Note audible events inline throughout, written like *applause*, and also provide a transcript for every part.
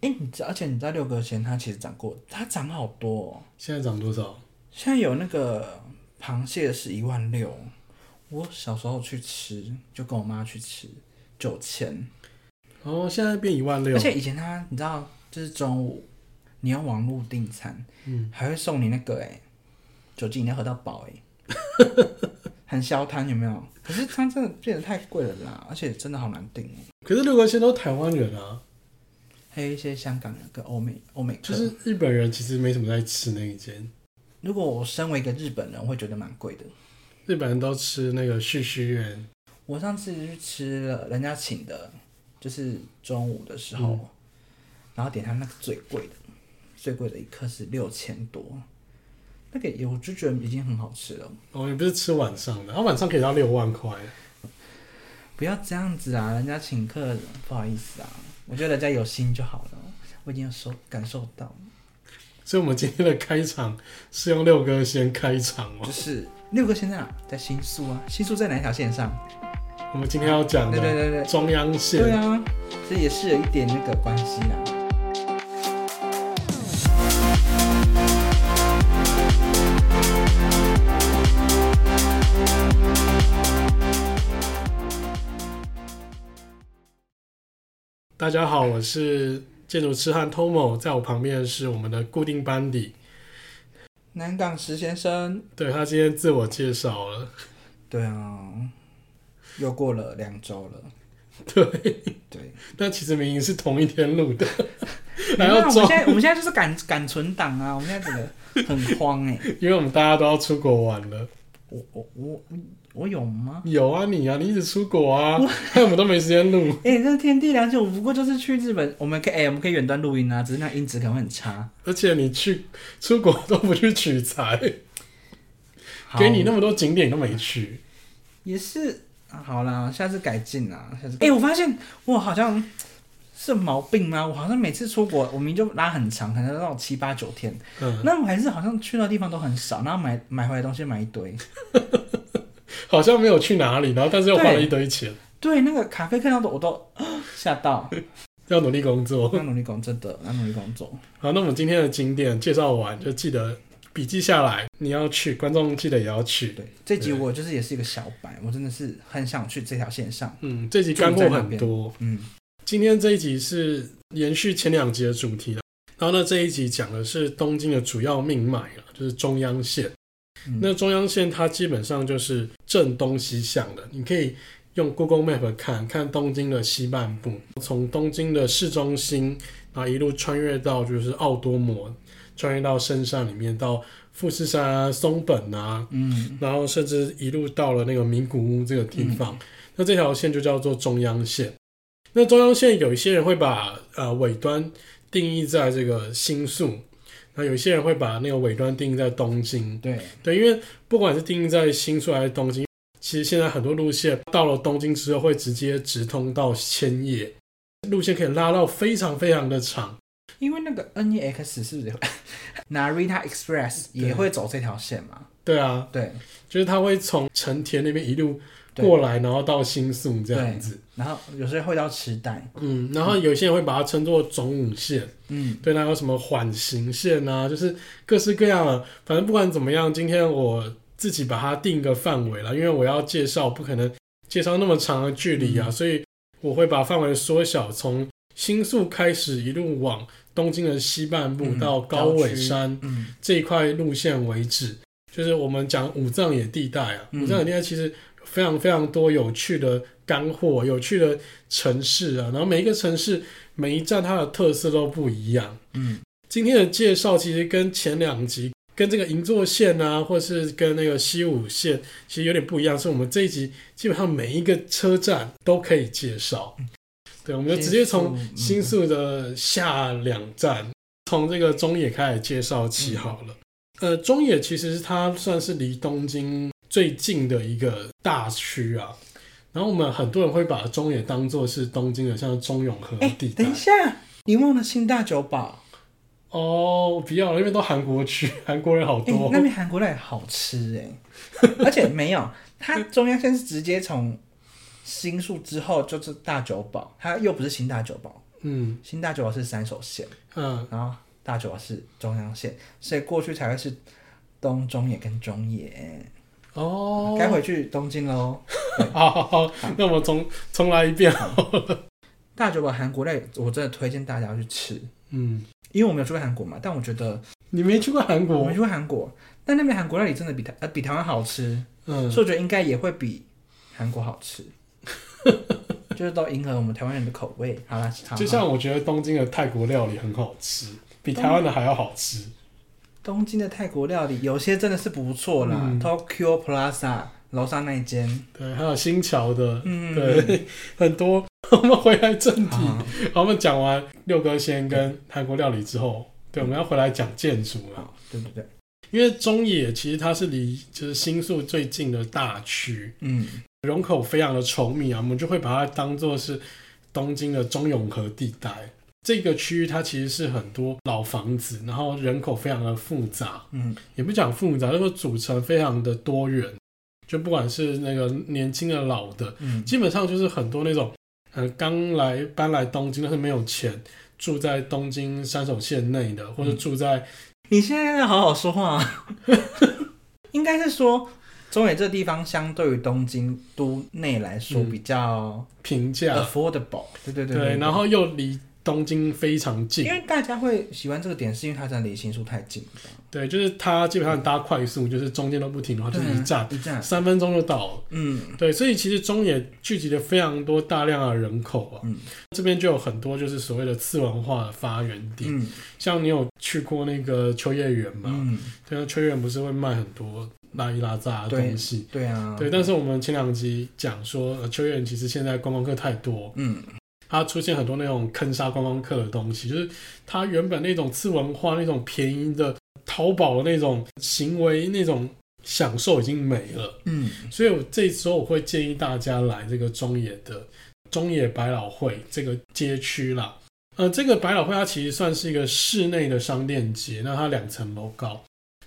哎、你知而且你知道六格钱它其实涨过，它涨好多、哦。现在涨多少？现在有那个螃蟹是一万六，我小时候去吃，就跟我妈去吃九千，哦，现在变一万六而，且以前它你知道，就是中午你要网络订餐，嗯还会送你那个哎、酒精饮料喝到饱 *laughs* 哎、很消摊有没有？可是它真的变得太贵了啦，而且真的好难订哦。可是六块钱都台湾人啊，还有一些香港人跟欧美欧美客，就是日本人其实没什么在吃那一间，如果我身为一个日本人，我会觉得蛮贵的。日本人都吃那个旭旭苑，我上次去吃了人家请的，就是中午的时候，然后点他那个最贵的，最贵的一颗是六千多，那个也我就觉得已经很好吃了。哦，也不是吃晚上的，他晚上可以到六万块，不要这样子啊，人家请客不好意思啊，我觉得人家有心就好了，我已经有受感受到了，所以我们今天的开场是用六哥先开场哦就。是六个现在哪在新宿啊，新宿在哪一条线上？我们今天要讲对对的对对，中央线，对啊，这也是有一点那个关系啊啦。大家好，我是建筑痴汉 Tomo，在我旁边是我们的固定班底，南港石先生，对他今天自我介绍了，对啊，又过了两周了，对， *laughs* 对。但其实明明是同一天录的，没然有，啊后我们中现，在我们现在就是赶赶存档啊，我们现在整个很慌哎、因为我们大家都要出国玩了。 *laughs* 我我我我有吗？有啊，你啊，你一直出国啊， *laughs* 害我们都没时间录。哎、这天地良心，我不过就是去日本，我们可以哎、我们可以远端录音啊，只是那音质可能会很差。而且你去出国都不去取材，好给你那么多景点都没去。也是啊好啦，下次改进啦，下次。哎、我发现我好像是毛病吗？我好像每次出国，我明明就拉很长，可能到七八九天，嗯，那我还是好像去到地方都很少，然后买买回来东西买一堆。好像没有去哪里，然后但是又花了一堆钱，对，那个咖啡看到的我都 *gasps* 吓到，要努力工作。要努力工作真的，要努力工作。好，那我们今天的景点介绍完，就记得笔记下来，你要去，观众记得也要去。对，这集对我就是也是一个小白，我真的是很想去这条线上。嗯，这集干货很多。嗯，今天这一集是延续前两集的主题了。然后呢，这一集讲的是东京的主要命脉了，就是中央线。嗯那中央线它基本上就是正东西向的，你可以用 Google Map 看看东京的西半部，从东京的市中心，然后一路穿越到就是奥多摩，穿越到深山里面，到富士山啊、松本啊，嗯，然后甚至一路到了那个名古屋这个地方。那这条线就叫做中央线。那中央线有一些人会把呃尾端定义在这个新宿，那有一些人会把那个尾端定义在东京。对，对，因为不管是定义在新宿还是东京，其实现在很多路线到了东京之后会直接直通到千叶，路线可以拉到非常非常的长。因为那个 NEX 是不是 *laughs* 也会 Narita Express 对也会走这条线嘛？对啊，对，就是它会从成田那边一路对过来，然后到新宿这样子。然后有时候会到池袋，嗯，然后有些人会把它称作总武线，嗯，对，那有什么缓行线啊，就是各式各样的。反正不管怎么样，今天我自己把它定一个范围了，因为我要介绍，不可能介绍那么长的距离啊，嗯所以我会把范围缩小，从新宿开始一路往东京的西半部嗯到高尾山、嗯，这一块路线为止。就是我们讲五藏野地带啊，嗯五藏野地带其实非常非常多有趣的干货、有趣的城市啊，然后每一个城市每一站它的特色都不一样。嗯，今天的介绍其实跟前两集、跟这个银座线啊，或是跟那个西武线，其实有点不一样。是我们这一集基本上每一个车站都可以介绍。嗯对，我们就直接从新新宿宿的下两站，从这个中野开始介绍起好了。嗯呃，中野其实它算是离东京最近的一个大区啊。然后我们很多人会把中野当做是东京的像中永和哎、地带等一下，你忘了新大久保，哦，不要了，因为都韩国区， *laughs* 韩国人好哎、多。那边韩国料理好吃哎、 *laughs* 而且没有，它中央线是直接从新宿之后就是大久保，它又不是新大久保，嗯新大久保是三手线，嗯然后大久保是中央线，所以过去才会是东中野跟中野。哦，该回去东京喽。好好好，那我们重重来一遍。大久保韩国料理，我真的推荐大家去吃，嗯，因为我没有去过韩国嘛，但我觉得你没去过韩我国没？去过韩国，但那边韩国料理真的比台呃比台湾好吃，嗯，所以我觉得应该也会比韩国好吃， *laughs* 就是都迎合我们台湾人的口味。好啦，好就像我觉得东京的泰国料理很好吃，比台湾的还要好吃。东京的泰国料理，有些真的是不错啦、嗯 t o k y o Plaza 楼上那一间，对，还有新桥的，嗯，啊对， *laughs* 很多。我们回来正题，好，好，我们讲完六哥先跟韩国料理之后，对，我们要回来讲建筑了。好，对对对，因为中野其实它是离就是新宿最近的大区，嗯，人口非常的稠密啊，我们就会把它当做是东京的中永和地带。这个区域它其实是很多老房子，然后人口非常的复杂，嗯，也不讲复杂，就是组成非常的多元，就不管是那个年轻的、老的，嗯，基本上就是很多那种，呃，刚来搬来东京但是没有钱，住在东京山手线内的，或者嗯住在你现在要好好说话、 *laughs* 啊，应该是说中野这地方相对于东京都内来说嗯比较平价， affordable，、对对对对，然后又离东京非常近因，为大家会喜欢这个点，是因为它真的离新宿太近了，对，就是它基本上搭快速，就是中间都不停的话，就是一站一站，三分钟就到了。嗯对，所以其实中野聚集了非常多大量的人口啊，嗯这边就有很多就是所谓的次文化的发源地。嗯像你有去过那个秋叶原吗？嗯，对啊，秋叶原不是会卖很多拉一拉杂的对东西。对啊，对，但是我们前两集讲说，呃秋叶原其实现在观光客太多，嗯它出现很多那种坑杀观光客的东西，就是它原本那种次文化、那种便宜的淘宝的那种行为、那种享受已经没了。嗯所以我这时候我会建议大家来这个中野的中野百老汇这个街区啦。呃，这个百老汇它其实算是一个室内的商店街，那它两层楼高，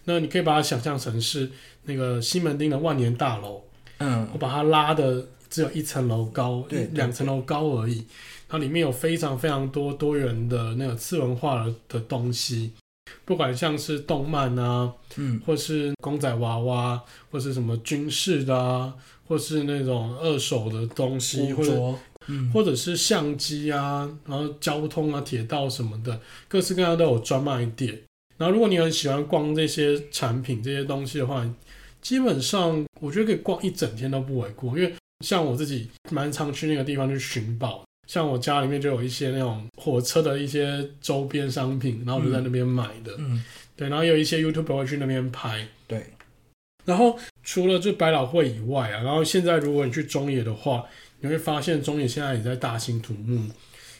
那你可以把它想象成是那个西门町的万年大楼，我嗯把它拉的只有一层楼高，对一两层楼高而已。它里面有非常非常多多元的那个次文化的的东西，不管像是动漫啊，嗯或是公仔娃娃，或是什么军事的啊，或是那种二手的东西，古或者着，嗯或者是相机啊，然后交通啊、铁道什么的，各式各样都有专卖店。然后，如果你很喜欢逛这些产品、这些东西的话，基本上我觉得可以逛一整天都不为过。因为像我自己蛮常去那个地方去寻宝，像我家里面就有一些那种火车的一些周边商品，然后我就在那边买的。嗯对，然后有一些 YouTube 会去那边拍。对，然后除了就百老汇以外啊，然后现在如果你去中野的话，你会发现中野现在也在大兴土木，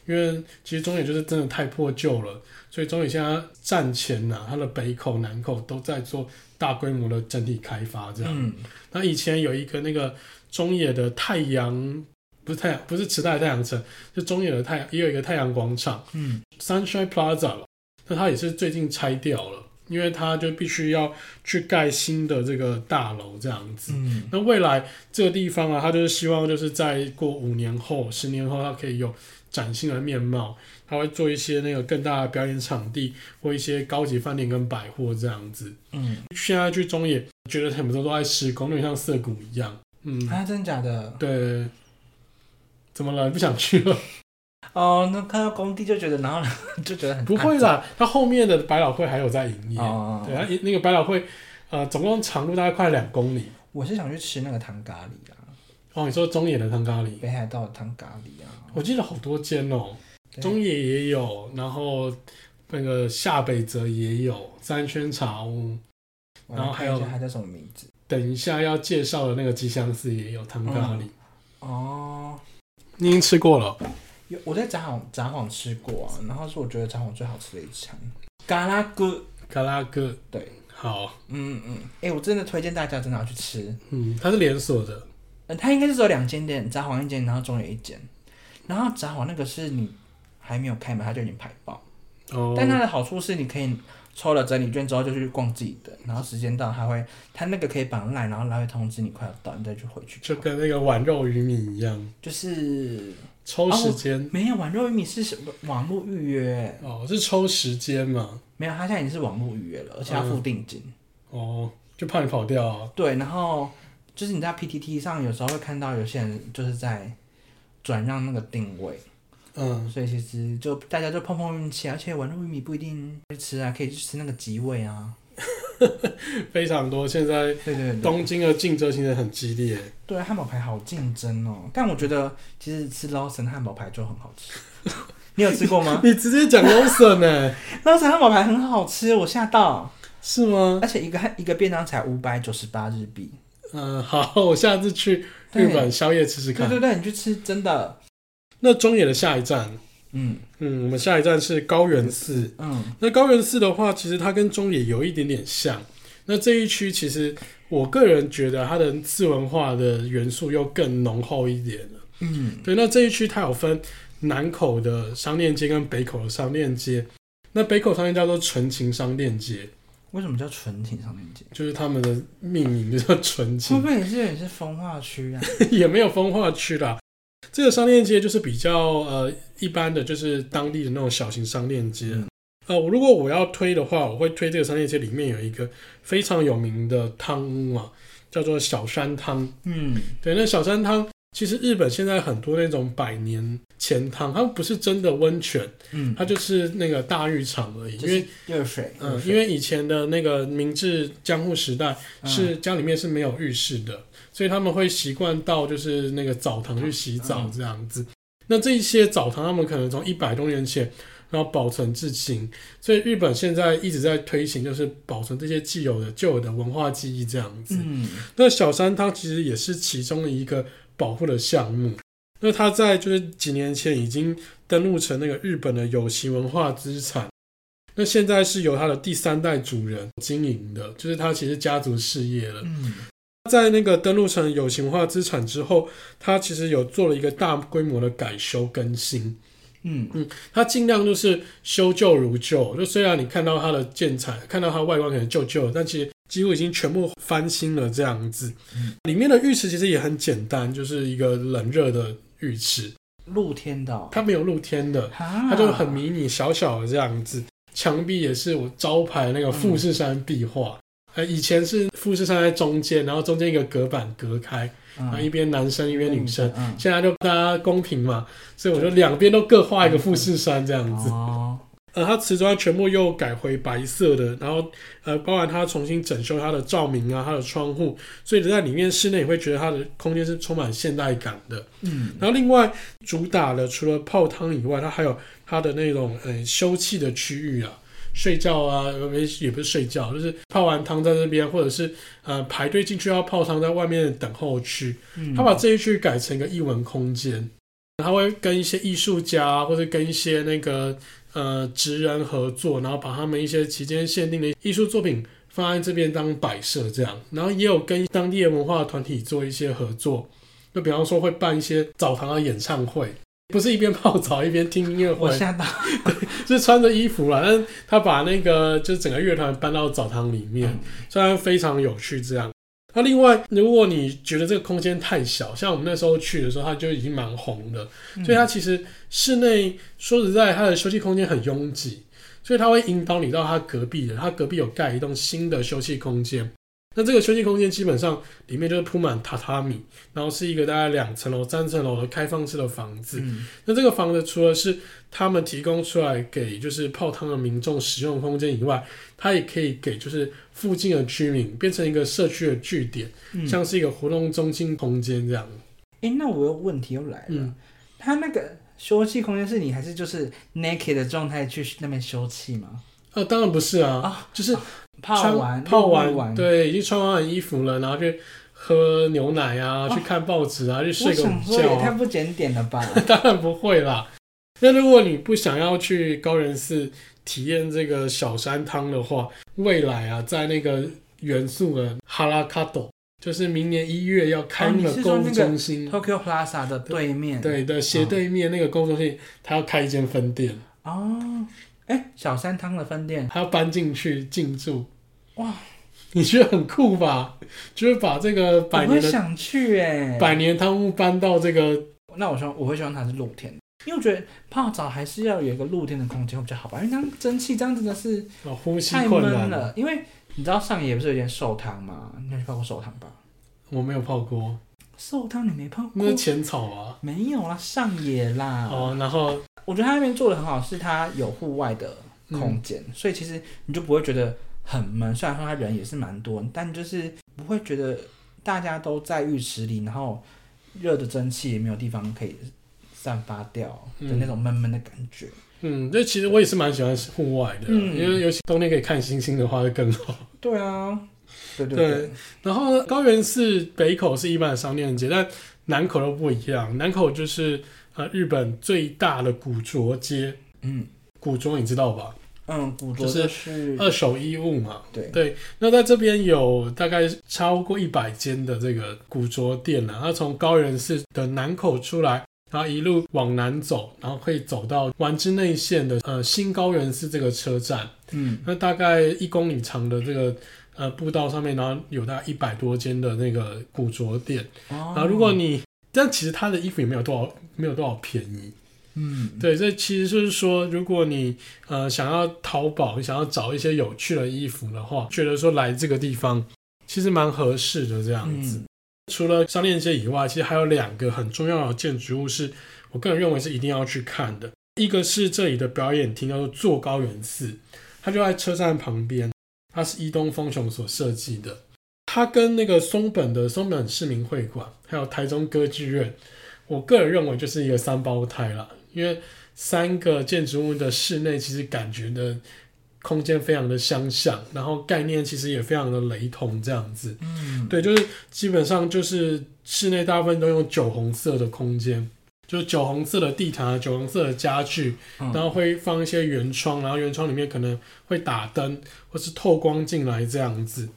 因为其实中野就是真的太破旧了，所以中野现在站前呐、它的北口、南口都在做大规模的整体开发这样。嗯那、以前有一个那个中野的太阳，不是太阳，不是池袋的太阳城，是中野的太阳，也有一个太阳广场。嗯 Sunshine Plaza 吧，那它也是最近拆掉了，因为它就必须要去盖新的这个大楼这样子。嗯那未来这个地方啊，它就是希望就是在过五年后、十年后，它可以有崭新的面貌。它会做一些那个更大的表演场地，或一些高级饭店跟百货这样子。嗯，现在去中野，觉得很多都在施工，有点像涩谷一样。嗯，啊，真的假的？对。怎么了？不想去了？哦，那看到工地就觉得，然后呢 *laughs* 就觉得很不会的，啦，它后面的百老汇还有在营业。哦，对，它一那个百老汇，呃，总共长度大概快两公里。我是想去吃那个糖咖喱啊啦，哦，你说中野的汤咖喱，北海道的糖咖喱啊，我记得好多间哦，对中野也有，然后那个下北泽也有，三轩茶屋。我然后来看还有一下它叫什么名字？等一下要介绍的那个吉祥寺也有汤嗯咖喱，哦，你已经吃过了。有我在札幌札幌吃过啊，然后是我觉得札幌最好吃的一餐，嘎啦咕，嘎拉哥，对，好，嗯嗯，哎、我真的推荐大家真的要去吃，嗯，它是连锁的，嗯，它应该是只有两间店，札幌一间，然后中野一间，然后札幌那个是你还没有开门，它就已经排爆，哦，但它的好处是你可以抽了整理券之后就去逛自己的，然后时间到它会，它那个可以绑赖，然后它会通知你快要到，你再去回去逛，就跟那个碗肉鱼米一样，就是抽时间没有啊碗肉玉米是什么网络预约，哦，是抽时间嘛？没有，他现在已经是网络预约了，而且要付定金。哦，就怕你跑掉啊。对，然后就是你在 PTT 上有时候会看到有些人就是在转让那个定位，嗯，所以其实就大家就碰碰运气，而且玩肉玉米不一定会吃啊，可以去吃那个集味啊。非常多。现在对对对，东京的竞争现在很激烈，对汉堡排好竞争哦，但我觉得其实吃 Lawson 汉堡排就很好吃。你有吃过吗 *laughs* 你直接讲 Lawson 呢？ *laughs* ？Lawson 汉堡排很好吃，我吓到，是吗？而且一个一个便当才五百九十八日币。嗯，好，我下次去日对本宵夜吃吃对看。对对，你去吃真的，那中野的下一站，嗯嗯，我们下一站是高原寺。嗯那高原寺的话，其实它跟中野有一点点像。那这一区其实我个人觉得它的次文化的元素又更浓厚一点了。嗯，对，那这一区它有分南口的商店街跟北口的商店街。那北口商店街叫做纯情商店街，为什么叫纯情商店街？就是他们的命名就叫纯会情 *laughs* 不，会也是有点是风化区啊？也没有风化区啦。这个商店街就是比较呃一般的，就是当地的那种小型商店街。嗯呃，我如果我要推的话，我会推这个商店街里面有一个非常有名的汤屋啊，叫做小山汤。嗯，对，那小山汤其实日本现在很多那种百年前汤，它不是真的温泉，嗯，它就是那个大浴场而已。因就为是热水，嗯、热水嗯因为以前的那个明治江户时代是、家里面是没有浴室的，所以他们会习惯到就是那个澡堂去洗澡嗯这样子。那这一些澡堂，他们可能从一百多年前，然后保存至今，所以日本现在一直在推行，就是保存这些既有的旧有的文化记忆这样子。嗯那小山汤其实也是其中的一个保护的项目。那它在就是几年前已经登录成那个日本的有形文化资产。那现在是由它的第三代主人经营的，就是它其实家族事业了。嗯在那个登录成有形文化资产之后，它其实有做了一个大规模的改修更新。嗯它尽量就是修旧如旧，就虽然你看到它的建材，看到它外观可能旧旧的，但其实几乎已经全部翻新了这样子。嗯，里面的浴池其实也很简单，就是一个冷热的浴池，露天的哦，它没有露天的，啊它就很迷你小小的这样子。墙壁也是我招牌那个富士山壁画，呃，以前是富士山在中间，然后中间一个隔板隔开，然后一嗯，边男生一边女生。嗯，现在就大家公平嘛，所以我就两边都各画一个富士山这样子。哦，呃，它瓷砖全部又改回白色的，然后呃，包含它重新整修它的照明啊，它的窗户，所以在里面室内你会觉得它的空间是充满现代感的。嗯，然后另外主打的除了泡汤以外，它还有它的那种呃休憩的区域啊，睡觉啊，呃没也不是睡觉，就是泡完汤在那边，或者是呃排队进去要泡汤，在外面的等候区。嗯他把这一区改成一个艺文空间，他会跟一些艺术家或者跟一些那个呃职人合作，然后把他们一些期间限定的艺术作品放在这边当摆设这样，然后也有跟当地的文化团体做一些合作，就比方说会办一些澡堂的演唱会。不是一边泡澡一边听音乐会我，吓到，就是穿着衣服啦，但是他把那个就是整个乐团搬到澡堂里面，虽然非常有趣这样。那另外，如果你觉得这个空间太小，像我们那时候去的时候，它就已经蛮红的，嗯所以它其实室内说实在，它的休息空间很拥挤，所以它会引导你到它隔壁的，它隔壁有盖一栋新的休息空间。那这个休息空间基本上里面就是铺满榻榻米，然后是一个大概两层楼、三层楼的开放式的房子。嗯那这个房子除了是他们提供出来给就是泡汤的民众使用的空间以外，它也可以给就是附近的居民变成一个社区的据点，嗯，像是一个活动中心空间这样。哎，那我有问题又来了嗯，他那个休憩空间是你还是就是 naked 的状态去那边休憩吗？啊，当然不是啊，啊就是泡完，泡沐浴完，嗯完，对，已经穿完衣服了，然后去喝牛奶啊，去看报纸啊，去哦我睡个想午说觉也啊、太不检点了吧？ *laughs* 当然不会啦。那如果你不想要去高人寺体验这个小山汤的话，未来啊，在那个元素的哈拉卡斗，就是明年一月要开哦那你个是购说物那个中心， Tokyo Plaza 的对面，对的，斜对面那个购物中心，它要开一间分店，哦，哎，小三汤的分店，它要搬进去进驻。哇，你觉得很酷吧？就是把这个我百年会的想去哎，百年汤屋搬到这个那我希望我会希望它是露天的，因为我觉得泡澡还是要有一个露天的空间会比较好吧，因为这样蒸汽这样真的是哦，呼吸太困闷难，了。因为你知道上野不是有点寿汤吗？你有去泡过寿汤吧？我没有泡过，寿汤你没泡过那？是浅草啊。没有啦，上野啦。哦，然后我觉得他那边做的很好，是他有户外的空间，所以其实你就不会觉得很闷。虽然说他人也是蛮多，但就是不会觉得大家都在浴池里，然后热的蒸汽也没有地方可以散发掉的那种闷闷的感觉。嗯，这其实我也是蛮喜欢户外的，啊嗯因为尤其冬天可以看星星的话会更好。对啊，对对对然后呢，高原寺北口是一般的商店街，但南口都不一样。南口就是呃日本最大的古着街，嗯古着你知道吧？嗯，古着就是就是二手衣物嘛。对对，那在这边有大概超过一百间的这个古着店啊。那从高原寺的南口出来，然后一路往南走，然后可以走到丸之内线的呃新高原寺这个车站。嗯那大概一公里长的这个呃步道上面，然后有大概一百多间的那个古着店。哦然后如果你，但其实它的衣服也没有多少，没有多少便宜。嗯对，这其实就是说，如果你呃想要淘宝，想要找一些有趣的衣服的话，觉得说来这个地方其实蛮合适的这样子。嗯除了商店街以外，其实还有两个很重要的建筑物是我个人认为是一定要去看的。一个是这里的表演厅，叫做坐高原寺，它就在车站旁边，它是伊东丰雄所设计的。它跟那个松本的松本市民会馆，还有台中歌剧院，我个人认为就是一个三胞胎啦，因为三个建筑物的室内其实感觉的空间非常的相像，然后概念其实也非常的雷同，这样子。嗯，对，就是基本上就是室内大部分都用酒红色的空间，就是酒红色的地毯、啊酒红色的家具，嗯然后会放一些圆窗，然后圆窗里面可能会打灯或是透光进来这样子。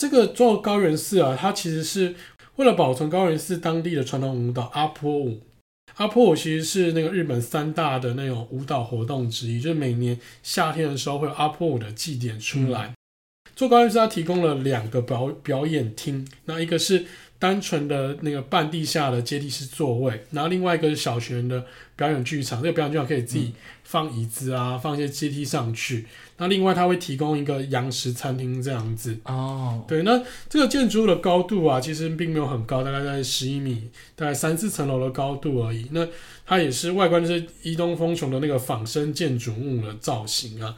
这个做高原寺啊，它其实是为了保存高原寺当地的传统舞蹈阿波舞。阿波舞其实是那个日本三大的那种舞蹈活动之一，就是每年夏天的时候会有阿波舞的祭典出来。做高原寺它提供了两个表表演厅，那一个是单纯的那个半地下的阶梯式座位，然后另外一个是小型的表演剧场，这个表演剧场可以自己放椅子啊，放一些阶梯上去。那另外它会提供一个洋食餐厅这样子。哦，对，那这个建筑物的高度啊，其实并没有很高，大概在十一米，大概三四层楼的高度而已。那它也是外观就是伊东丰雄的那个仿生建筑物的造型啊。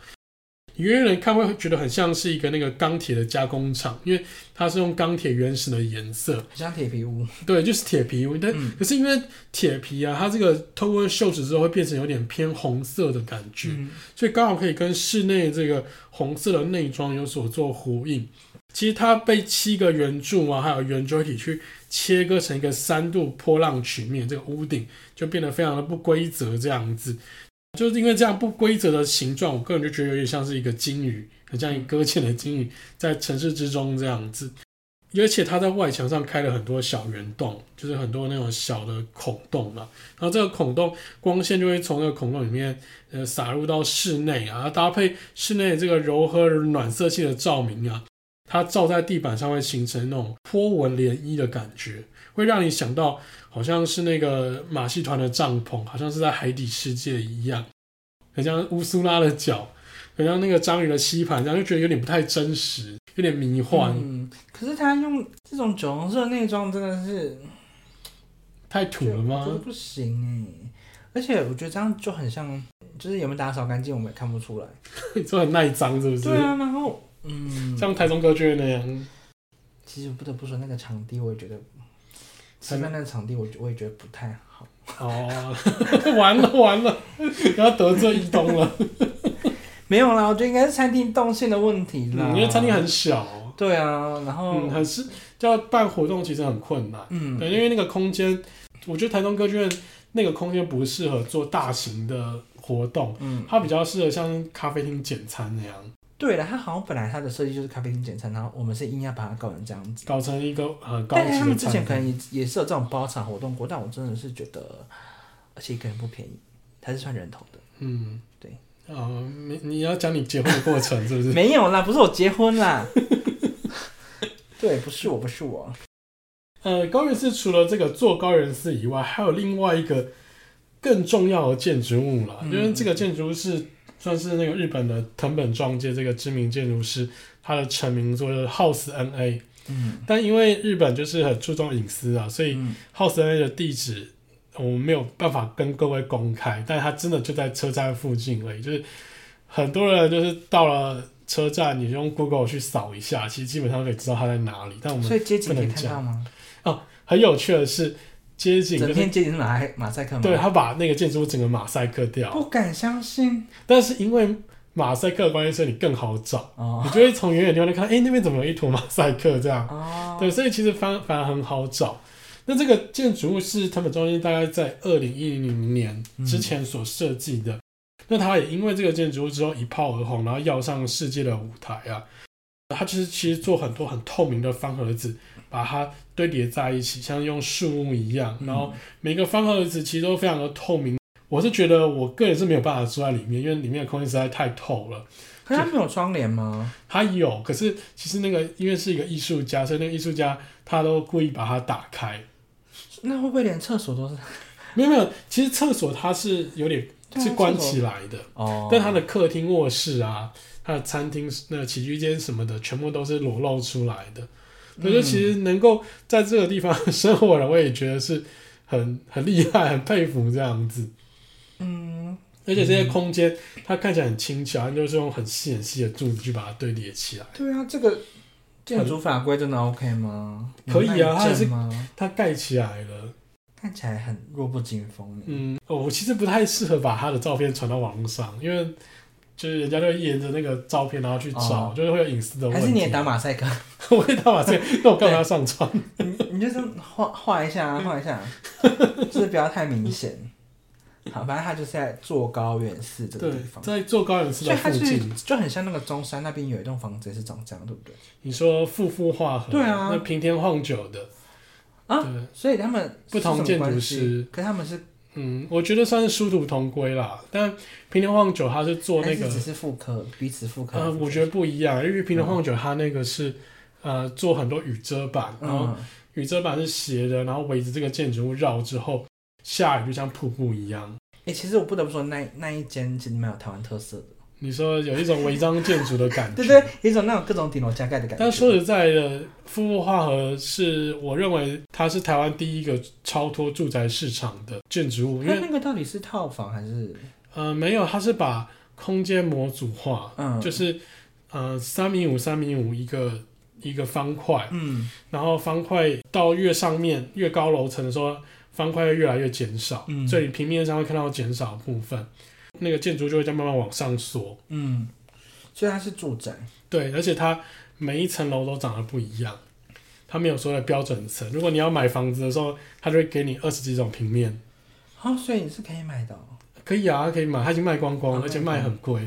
你远远的看会觉得很像是一个那个钢铁的加工厂，因为它是用钢铁原始的颜色，很像铁皮屋，对，就是铁皮。但嗯可是因为铁皮啊，它这个透过锈蚀之后会变成有点偏红色的感觉，嗯所以刚好可以跟室内这个红色的内装有所做呼应。其实它被七个圆柱啊，还有圆锥体去切割成一个三度波浪曲面，这个屋顶就变得非常的不规则这样子。就是因为这样不规则的形状，我个人就觉得有点像是一个金鱼，很像一个搁浅的金鱼在城市之中这样子。而且它在外墙上开了很多小圆洞，就是很多那种小的孔洞嘛。然后这个孔洞光线就会从那个孔洞里面呃洒入到室内啊，搭配室内这个柔和而暖色系的照明啊，它照在地板上会形成那种波纹涟漪的感觉，会让你想到好像是那个马戏团的帐篷，好像是在海底世界一样，很像乌苏拉的脚，很像那个章鱼的吸盘，这样就觉得有点不太真实，有点迷幻，嗯，可是他用这种酒红色内装真的是太土就了吗我 *laughs* 觉？得不行哎、而且我觉得这样就很像，就是有没有打扫干净我们也看不出来。你说很耐脏是不是？对啊，然后嗯，像台中歌剧院那样，其实不得不说那个场地，我也觉得，吃饭那个场地嗯我我也觉得不太好。哦， *laughs* 完了完了，要得罪一东 *laughs* 了。没有啦，我觉得应该是餐厅动线的问题啦，嗯，因为餐厅很小，对啊，然后嗯，很是要办活动其实很困难。嗯对，因为那个空间，我觉得台中歌剧院那个空间不适合做大型的活动，嗯，它比较适合像咖啡厅简餐那样，对了，它好像本来它的设计就是咖啡厅简餐，然后我们是硬要把它搞成这样子。搞成一个很高级但的是他餐厅。们之前可能也也是有这种包场活动过，但我真的是觉得，而且一个人不便宜，它是算人头的。嗯，对。啊、你你要讲你结婚的过程是不是？ *laughs* 没有啦，不是我结婚啦。对，不是我，不是我。呃，高圆寺除了这个做高圆寺以外，还有另外一个更重要的建筑物啦，因为这个建筑物是算是那个日本的藤本壮介这个知名建筑师，他的成名作就是 House NA。嗯但因为日本就是很注重隐私啊，所以嗯 House NA 的地址我们没有办法跟各位公开，但它真的就在车站附近而已。就是很多人就是到了车站，你用 Google 去扫一下，其实基本上可以知道它在哪里。但我所们以街景可以看到吗？很有趣的是，街景就整是片街景是马赛马赛克吗？对他把那个建筑物整个马赛克掉，不敢相信但是因为马赛克的关系，所以你更好找，哦你就会从远远地方就看，哎、那边怎么有一坨马赛克这样。哦，对，所以其实反反而很好找。那这个建筑物是他们中心大概在二零一零年之前所设计的，那它也因为这个建筑物之后一炮而红，然后要上世界的舞台啊。它就是其实做很多很透明的方盒子，把它堆叠在一起，像用树木一样，然后每个方盒子其实都非常的透明。我是觉得我个人是没有办法住在里面，因为里面的空间实在太透了。可是它没有窗帘吗？他有，可是其实那个因为是一个艺术家，所以那个艺术家他都故意把它打开。那会不会连厕所都是？没有没有，其实厕所它是有点对啊是关起来的，哦，但他的客厅、卧室啊，他的餐厅、那个起居间什么的，全部都是裸露出来的。嗯我觉得其实能够在这个地方生活的，我也觉得是很 *laughs* 很厉害、很佩服这样子。嗯，而且这些空间、它看起来很轻巧，它就是用很细很细的柱子去把它堆叠起来。对啊，这个建筑法规真的 OK 吗？可以啊有耐它还震是吗？它盖起来了。看起来很弱不禁风。欸嗯，哦我其实不太适合把他的照片传到网络上，因为就是人家就会沿着那个照片然后去找，哦就是会有隐私的问还题。是你也 *laughs* 打马赛克，我会打马赛克，那我干嘛要 *laughs* 上传？你你就这样画画一下啊，画一 *laughs* 下啊，就是不要太明显。好，反正他就是在坐高远寺这个对地，方，在做高远寺所的以它附就是近，就很像那个中山那边有一栋房子也是长这样，对不对？你说富富化合，对啊那平天晃久的啊对，所以他们是不同什么建筑关系师，可是他们是嗯，我觉得算是殊途同归啦。但平天晃久他是做还那是个只是妇科，彼此妇科。呃，我觉得得不一样，因为平天晃久他那个是呃做很多雨遮板，然后嗯，雨遮板是斜的，然后围着这个建筑物绕之后，下雨就像瀑布一样。哎，其实我不得不说，那那一间其实蛮有台湾特色的，你说有一种违章建筑的感觉，对对，有一种那种各种顶楼加盖的感觉。但说实在的，富富化合是我认为它是台湾第一个超脱住宅市场的建筑物，因那 *laughs* 为那个到底是套房还是呃没有，它是把空间模组化，嗯，就是呃三米五三米五一个一个方块，嗯然后方块到越上面越高楼层的时候，方块会越来越减少，嗯所以平面上会看到减少的部分，那个建筑就会在慢慢往上缩。嗯，所以它是住宅。对，而且它每一层楼都长得不一样，它没有所谓的标准层。如果你要买房子的时候，它就会给你二十几种平面，哦，所以你是可以买的、哦，可以啊，可以买，它已经卖光光了，啊而且卖很贵。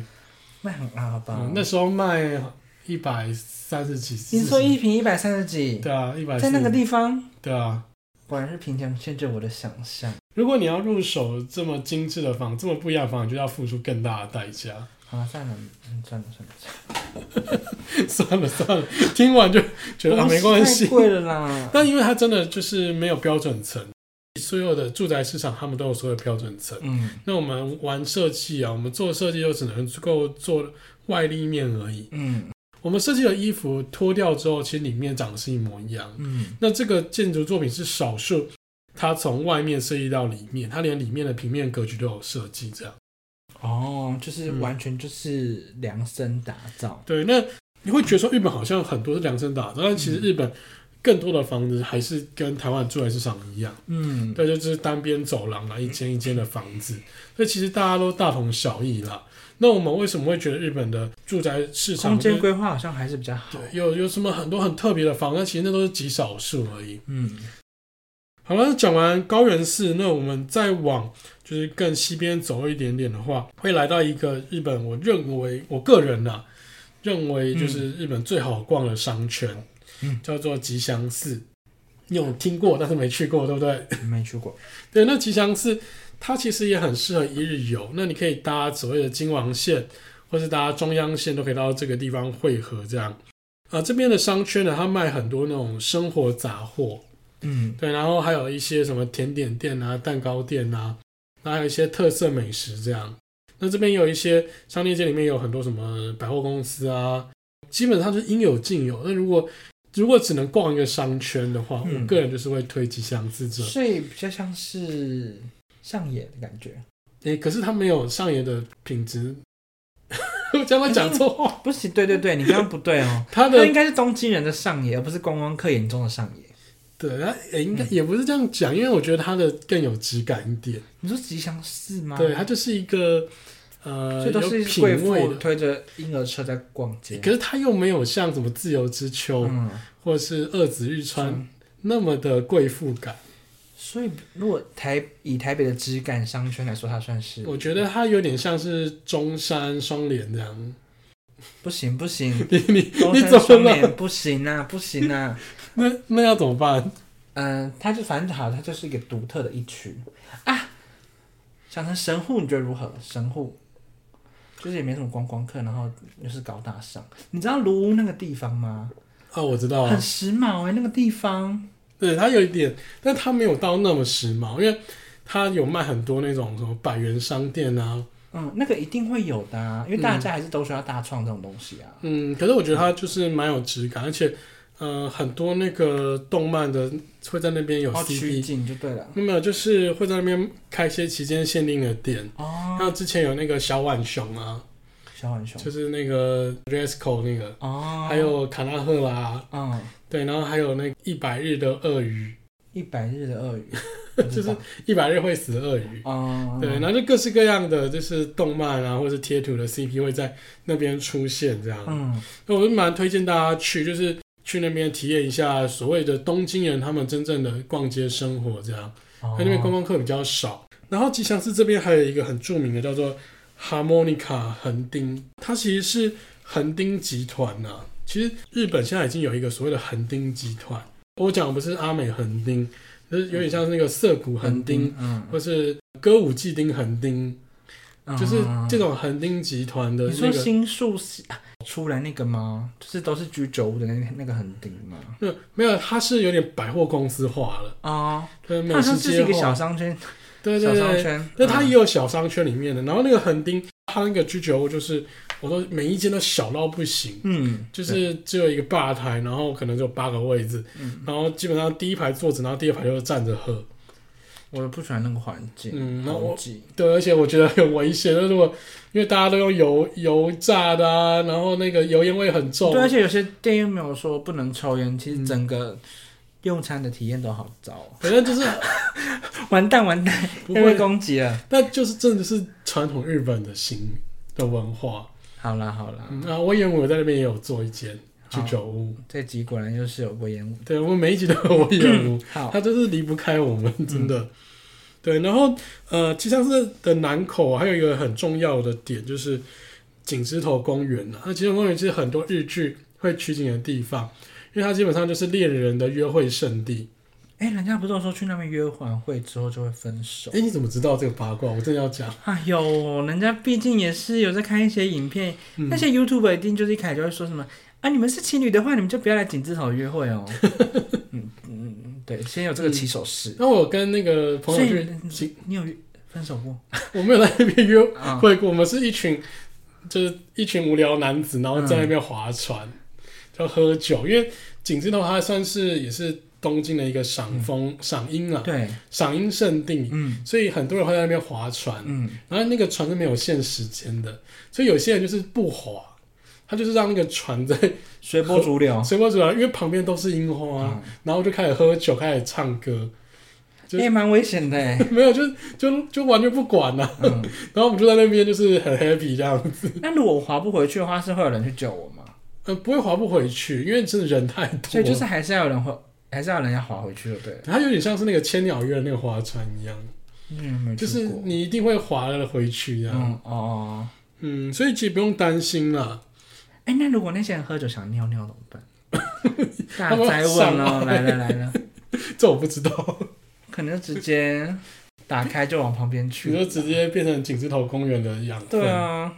卖很啊，好吧？嗯，那时候卖一百三十几，你说40一瓶一百三十几，对啊，一百在那个地方，对啊。果然是贫穷限制我的想象。如果你要入手这么精致的房，这么不一样的房，你就要付出更大的代价。 *laughs* 好了，算了，嗯，算了算了，算了算了算了，听完就觉 *laughs* 得、啊、没关哦太系。贵了啦。但因为它真的就是没有标准层，所有的住宅市场他们都有所有的标准层。嗯那我们玩设计啊，我们做设计就只能够做外立面而已。嗯我们设计的衣服脱掉之后，其实里面长得是一模一样。嗯，那这个建筑作品是少数，它从外面设计到里面，它连里面的平面格局都有设计。这样哦，就是嗯完全就是量身打造。对，那你会觉得说日本好像很多是量身打造，但其实嗯日本更多的房子还是跟台湾住宅市场一样。嗯，对，就就是单边走廊啊啦，一间一间的房子，所以其实大家都大同小异啦。那我们为什么会觉得日本的住宅市场空间就是规划好像还是比较好对。有有什么很多很特别的房？那其实那都是极少数而已。嗯好了，那讲完高原寺，那我们再往就是更西边走一点点的话，会来到一个日本，我认为我个人呐、认为就是日本最好逛的商圈，嗯叫做吉祥寺。你有听过，但是没去过，对不对？ *laughs* 没去过。对，那吉祥寺它其实也很适合一日游。那你可以搭所谓的京王线，或是搭中央线，都可以到这个地方汇合这样。啊、这边的商圈呢，它卖很多那种生活杂货，嗯，对，然后还有一些什么甜点店啊、蛋糕店啊，那还有一些特色美食这样。那这边有一些商店街里面有很多什么百货公司啊，基本上是应有尽有。那如果如果只能逛一个商圈的话，嗯我个人就是会推吉祥寺这。所以比较像是上野的感觉。诶、可是它没有上野的品 *laughs* 质，我讲我讲错话，。不是，对对对，你刚刚不对哦它 *laughs* 那的应该是东京人的上野，而不是观光客眼中的上野。对它、诶应该嗯也不是这样讲，因为我觉得它的更有质感一点。你说吉祥寺吗？对，它就是一个呃啊所以都有是品贵味妇的。推着婴儿车在逛街。可是它又没有像什么自由之秋、嗯，或者是二子玉川那么的贵妇感，所以如果台以台北的质感商圈来说，它算是我觉得它有点像是中山双联这样。 *laughs* 不行不行，你 *laughs* 你东你山怎么双了？联不行啊不行啊。那那要怎么办？嗯，它就反正好，它就是一个独特的一区啊。想成神户，你觉得如何？神户就是也没什么观光客，然后又是高大上。你知道卢屋那个地方吗？啊，我知道啊很，时髦哎、那个地方。对，它有一点，但它没有到那么时髦，因为它有卖很多那种什么百元商店啊，嗯，那个一定会有的、啊，因为大家还是都需要大创这种东西啊。嗯，可是我觉得它就是蛮有质感，而且呃，很多那个动漫的会在那边有哦，取 CD，景就对了。没有没有，就是会在那边开一些期间限定的店。哦，像之前有那个小浣熊啊，小浣熊。就是那个 r e s c o 那个，哦，还有卡纳赫啦，嗯，对，然后还有那一百日的鳄鱼，一百日的鳄鱼， *laughs* 不就是知道一百日会死的鳄鱼，嗯，对，然后就各式各样的就是动漫啊，或是贴图的 CP 会在那边出现这样，嗯，那我就蛮推荐大家去，就是去那边体验一下所谓的东京人他们真正的逛街生活这样，哦那那边观光客比较少。然后吉祥寺这边还有一个很著名的叫做 Harmonica 横丁，它其实是横丁集团呐、其实日本现在已经有一个所谓的横丁集团，我讲的不是阿美横丁，就是有点像是那个涩谷横丁，，嗯，或是歌舞伎町横丁，嗯就是这。种横丁集团的你那说个。新宿是啊出来那个吗？就是都是居酒屋的那那个横丁吗？没有没有，它是有点百货公司化了，哦，对，它美好食像是街一个小化，商圈，对对小商对，圈。那它嗯也有小商圈里面的，然后那个横丁，它那个居酒屋就是，我都每一间都小到不行，嗯，就是只有一个吧台，然后可能就八个位置，嗯，然后基本上第一排坐着，然后第二排就是站着喝，我不喜欢那个环境，嗯，然后我我对，而且我觉得很危险，那如果因为大家都用油油炸的啊，然后那个油烟味很重对，，而且有些店又没有说不能抽烟，其实整个用餐的体验都好糟哦，反正就是 *laughs* 完蛋完蛋，不又被会，攻击了。那就是真的是传统日本的行的文化，好啦好啦，嗯啊，我以为我在那边也有做一间居好酒屋。这集果然又是有过烟雾。对，我们每一集都有我演屋，好，他就是离不开我们，真的。对，然后呃，吉祥寺的南口啊还有一个很重要的点就是景之头公园啊。那景之头公园其实很多日剧会取景的地方，因为它基本上就是恋人的约会圣地。哎、人家不是说去那边约完会之后就会分手？哎，你怎么知道这个八卦？我真的要讲，哎呦，人家毕竟也是有在看一些影片，嗯那些 YouTube 一定就是一开始就会说什么啊，你们是情侣的话，你们就不要来景字头约会 *laughs* 哦。嗯嗯，嗯对，先有这个起手式。那我跟那个朋所友以去，你景你有分手过？我没有在那边约啊，会过，我们是一群就是一群无聊男子，然后在那边划船，嗯就喝酒。因为景之头它算是也是东京的一个赏嗯风赏樱啊，对，赏樱圣地，嗯所以很多人会在那边划船。嗯，然后那个船是没有限时间的，所以有些人就是不划，他就是让那个船在随波逐 *laughs* 流。随波逐流，因为旁边都是樱花啊、哦嗯然后就开始喝酒，开始唱歌，就也蛮危险的 *laughs* 哎、没有就就就完全不管了、嗯， *laughs* 然后我们就在那边就是很 happy 这样子。那如果我划不回去的话，是会有人去救我吗？呃，不会划不回去，因为真的人太多了。所以就是还是要有人会，还是要有人要划回去就对了。它有点像是那个千鸟约的那个划船一样，嗯，没有就是去过你一定会划了回去这样。嗯哦，嗯所以其实不用担心啦。哎、那如果那些人喝酒想尿尿怎么 *laughs* 办？大他们灾问上哦，来了来了，这我 *laughs* 不知道，可能就直接打开就往旁边你就去。直接变成景之头公园的养分。对。啊，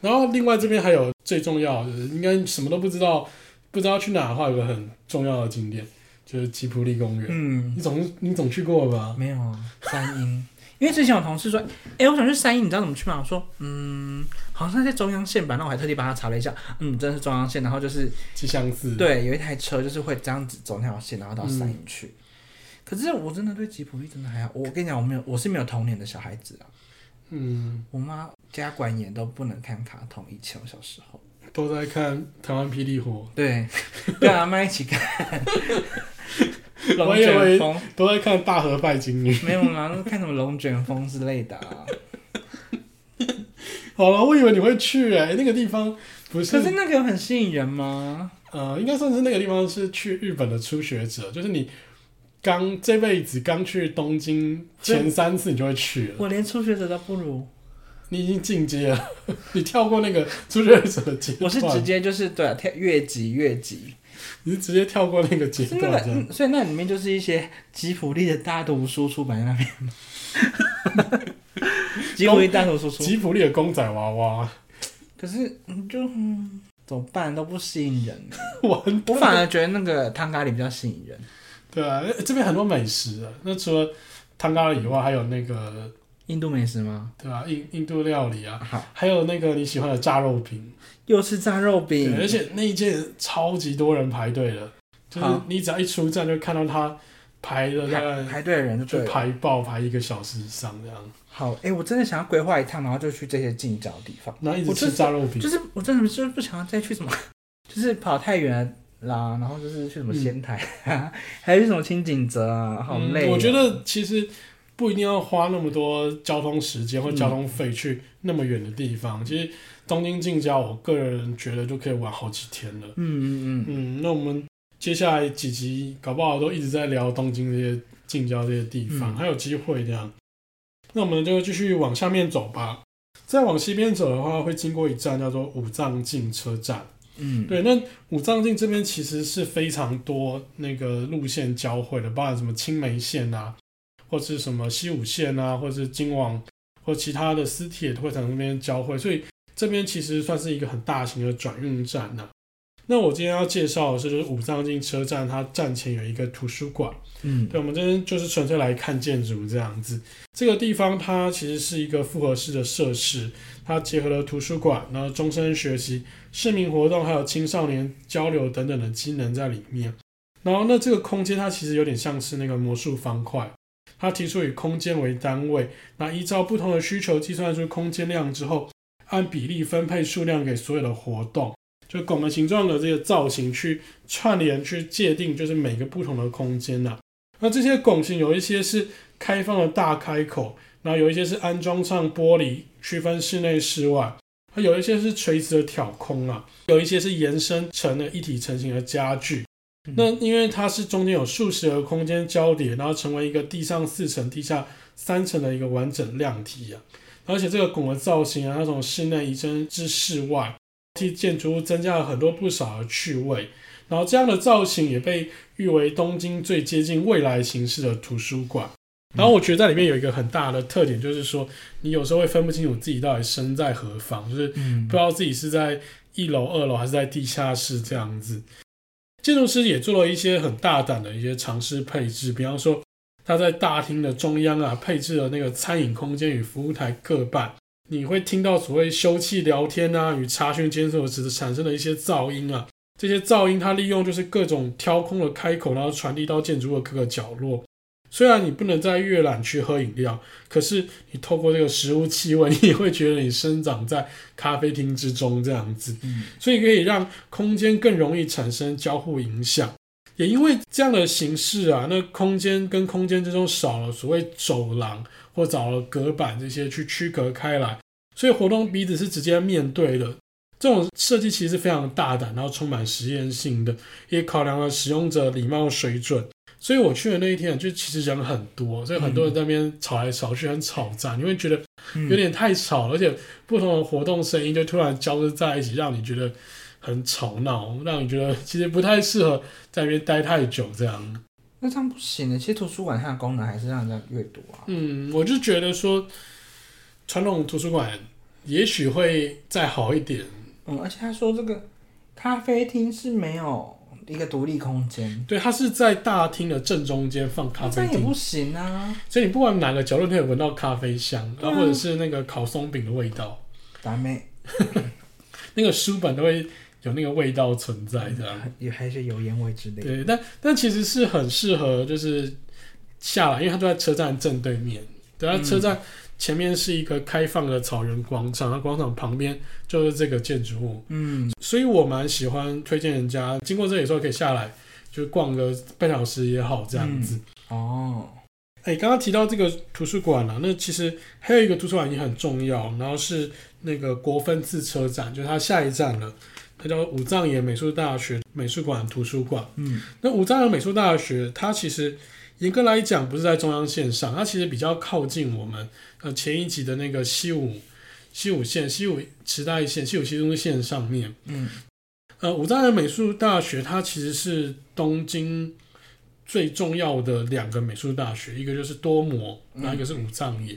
然后另外这边还有最重要，就是应该什么都不知道，不知道去哪的话，有个很重要的景点，就是吉普力公园。嗯，你总你总去过吧？没有啊，三英。因为之前有同事说，哎、我想去三英，你知道怎么去吗？我说，嗯，好像在中央线吧。那我还特地帮他查了一下，嗯，真的是中央线。然后就是吉祥寺。对，有一台车就是会这样子走那条线，然后到三嗯营去。可是我真的对吉普力真的还好，我跟你讲，我没有，我是没有童年的小孩子啊。嗯，我妈家管严都不能看卡通，以前我小时候。都在看台湾霹雳火，。对，跟阿妈一起 *laughs* 看龙我以为卷风都在看大河拜金女。没有啦，那看什么龙卷风之类的、 *laughs* 啊。好了，我以为你会去哎、那个地方不可是那个有很吸引人吗？呃，应该算是那个地方是去日本的初学者，就是你刚这辈子刚去东京前三次，你就会去了，我连初学者都不如，你已经进阶了， *laughs* 你跳过那个初学者的阶段，我是直接就是对啊，跳越级越级，你是直接跳过那个阶是那个段，这样嗯，所以那里面就是一些吉普力的大图输出版在那边 *laughs* 吗？吉普力大图输出，吉普力的公仔娃娃 *laughs* 可是你就、嗯、怎么办都不吸引人。玩我反而觉得那个汤咖喱比较吸引人，对啊，呃这边很多美食啊，那除了汤咖喱以外，还有那个印度美食吗？对啊，印印度料理啊，好，还有那个你喜欢的炸肉饼。又是炸肉饼对，，而且那一届超级多人排队的，就是好你只要一出站就看到他排了大哎排概排队的人就对就了排爆排一个小时以上这样，好，哎、我真的想要规划一趟，然后就去这些近郊地方。然后一直我吃真炸肉饼就，是我真的就是不想要再去什么， *laughs* 就是跑太远啦，然后就是去什么仙台啊， *laughs* 还有去什么清景泽啊，好累、嗯嗯。我觉，得其实不一定要花那么多交通时间或嗯交通费去那么远的地方，其实东京近郊，我个人觉得就可以玩好几天了。嗯嗯嗯，嗯，那我们接下来几集搞不好都一直在聊东京这些近郊这些地方，嗯还有机会这样。那我们就继续往下面走吧。再往西边走的话，会经过一站叫做武藏境车站。嗯，对，那武藏境这边其实是非常多那个路线交汇的，包含什么青梅线啊，或是什么西武线啊，或是京王或其他的私铁会场那边交汇，所以这边其实算是一个很大型的转运站呐、那我今天要介绍的是，就是武藏境车站，它站前有一个图书馆。嗯，对，我们这边就是纯粹来看建筑这样子。这个地方它其实是一个复合式的设施，它结合了图书馆，然后终身学习、市民活动，还有青少年交流等等的机能在里面。然后那这个空间它其实有点像是那个魔术方块，它提出以空间为单位，那依照不同的需求计算出空间量之后，按比例分配数量给所有的活动。就拱门形状的这个造型去串联去界定，就是每个不同的空间呐、啊那这些拱形有一些是开放的大开口，然后有一些是安装上玻璃区分室内室外，它有一些是垂直的挑空啊，有一些是延伸成了一体成型的家具。那因为它是中间有数十个空间交叠，然后成为一个地上四层、地下三层的一个完整量体啊。而且这个拱的造型啊，它从室内移伸至室外，替建筑物增加了很多不少的趣味。然后这样的造型也被誉为东京最接近未来形式的图书馆。然后我觉得在里面有一个很大的特点，就是说你有时候会分不清楚自己到底身在何方，就是嗯，不知道自己是在一楼、二楼还是在地下室这样子。建筑师也做了一些很大胆的一些尝试配置，比方说他在大厅的中央啊配置了那个餐饮空间与服务台各半，你会听到所谓休憩聊天啊与查询监所时产生的一些噪音啊，这些噪音它利用就是各种挑空的开口，然后传递到建筑物的各个角落。虽然你不能在阅览区喝饮料，可是你透过这个食物气味，你也会觉得你生长在咖啡厅之中这样子，嗯所以可以让空间更容易产生交互影响。也因为这样的形式啊，那空间跟空间之中少了所谓走廊或少了隔板这些去区隔开来，所以活动彼此是直接面对的。这种设计其实非常大胆，然后充满实验性的，也考量了使用者礼貌水准。所以我去的那一天啊，就其实人很多，所以很多人在那边吵来吵去，很吵杂，你会觉得嗯有点太吵了，而且不同的活动声音就突然交织在一起，让你觉得很吵闹，让你觉得其实不太适合在那边待太久这样。那这样不行欸的。其实图书馆它的功能还是让人家阅读啊。嗯，我就觉得说，传统图书馆也许会再好一点。嗯，而且他说这个咖啡厅是没有一个独立空间，对，它是在大厅的正中间放咖这啡样也厅，不行啊，所以你不管哪个角落，你都可以闻到咖啡香，对啊，啊或者是那个烤松饼的味道，达妹那个书本都会有那个味道存在，这样。也还是油烟味之类的。对，但但其实是很适合，就是下来，因为它就在车站正对面。对，它嗯车站前面是一个开放的草原广场，它广场旁边就是这个建筑物，嗯，所以我蛮喜欢推荐人家经过这里的时候可以下来，就逛个半小时也好这样子。哦，哎、刚刚提到这个图书馆啊，那其实还有一个图书馆也很重要，然后是那个国分寺车站，就是它下一站了，它叫武藏野美术大学美术馆图书馆。嗯那武藏野美术大学，它其实严格来讲不是在中央线上，它其实比较靠近我们呃前一集的那个西武西武线、西武池袋线、西武西中线上面。嗯，呃，武藏野美术大学它其实是东京最重要的两个美术大学，一个就是多摩，嗯然后一个是武藏野。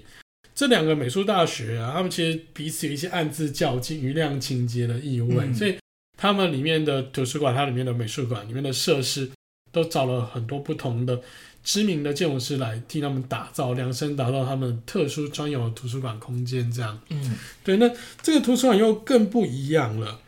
这两个美术大学啊，他们其实彼此有一些暗自较劲、余量情节的意味，嗯所以他们里面的图书馆、它里面的美术馆、里面的设施，都找了很多不同的知名的建筑师来替他们打造、量身打造他们特殊专有的图书馆空间，这样。嗯，对，那这个图书馆又更不一样了。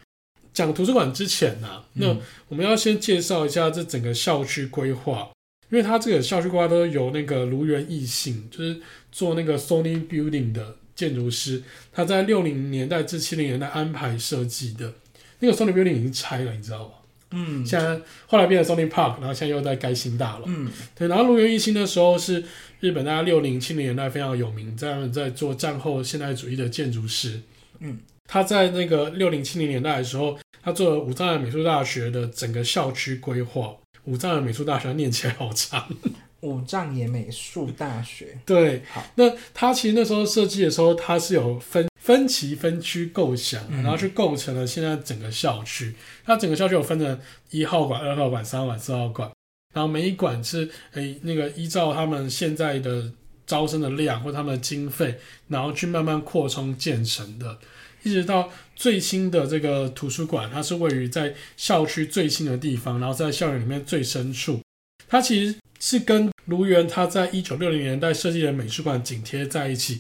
讲图书馆之前呢、那嗯我们要先介绍一下这整个校区规划，因为它这个校区规划都是由那个卢原义信，就是做那个 Sony Building 的建筑师，他在六零年代至七零年代安排设计的。那个 Sony Building 已经拆了，你知道吗？嗯，现在后来变成 Sony Park，然后现在又在盖新大楼。嗯对，然后卢原一新的时候是日本大概六零七零年代非常有名，在他们在做战后现代主义的建筑师。嗯，他在那个六零七零年代的时候，他做了武藏野美术大学的整个校区规划。武藏野美术大学它念起来好长。五藏野美术大学，对好，那他其实那时候设计的时候，他是有分分期分区构想，嗯然后去构成了现在整个校区。它整个校区有分成一号馆、二号馆、三号馆、四号馆，然后每一馆是诶、那个依照他们现在的招生的量或他们的经费，然后去慢慢扩充建成的。一直到最新的这个图书馆，它是位于在校区最新的地方，然后在校园里面最深处。它其实是跟卢园他在一九六零年代设计的美术馆紧贴在一起。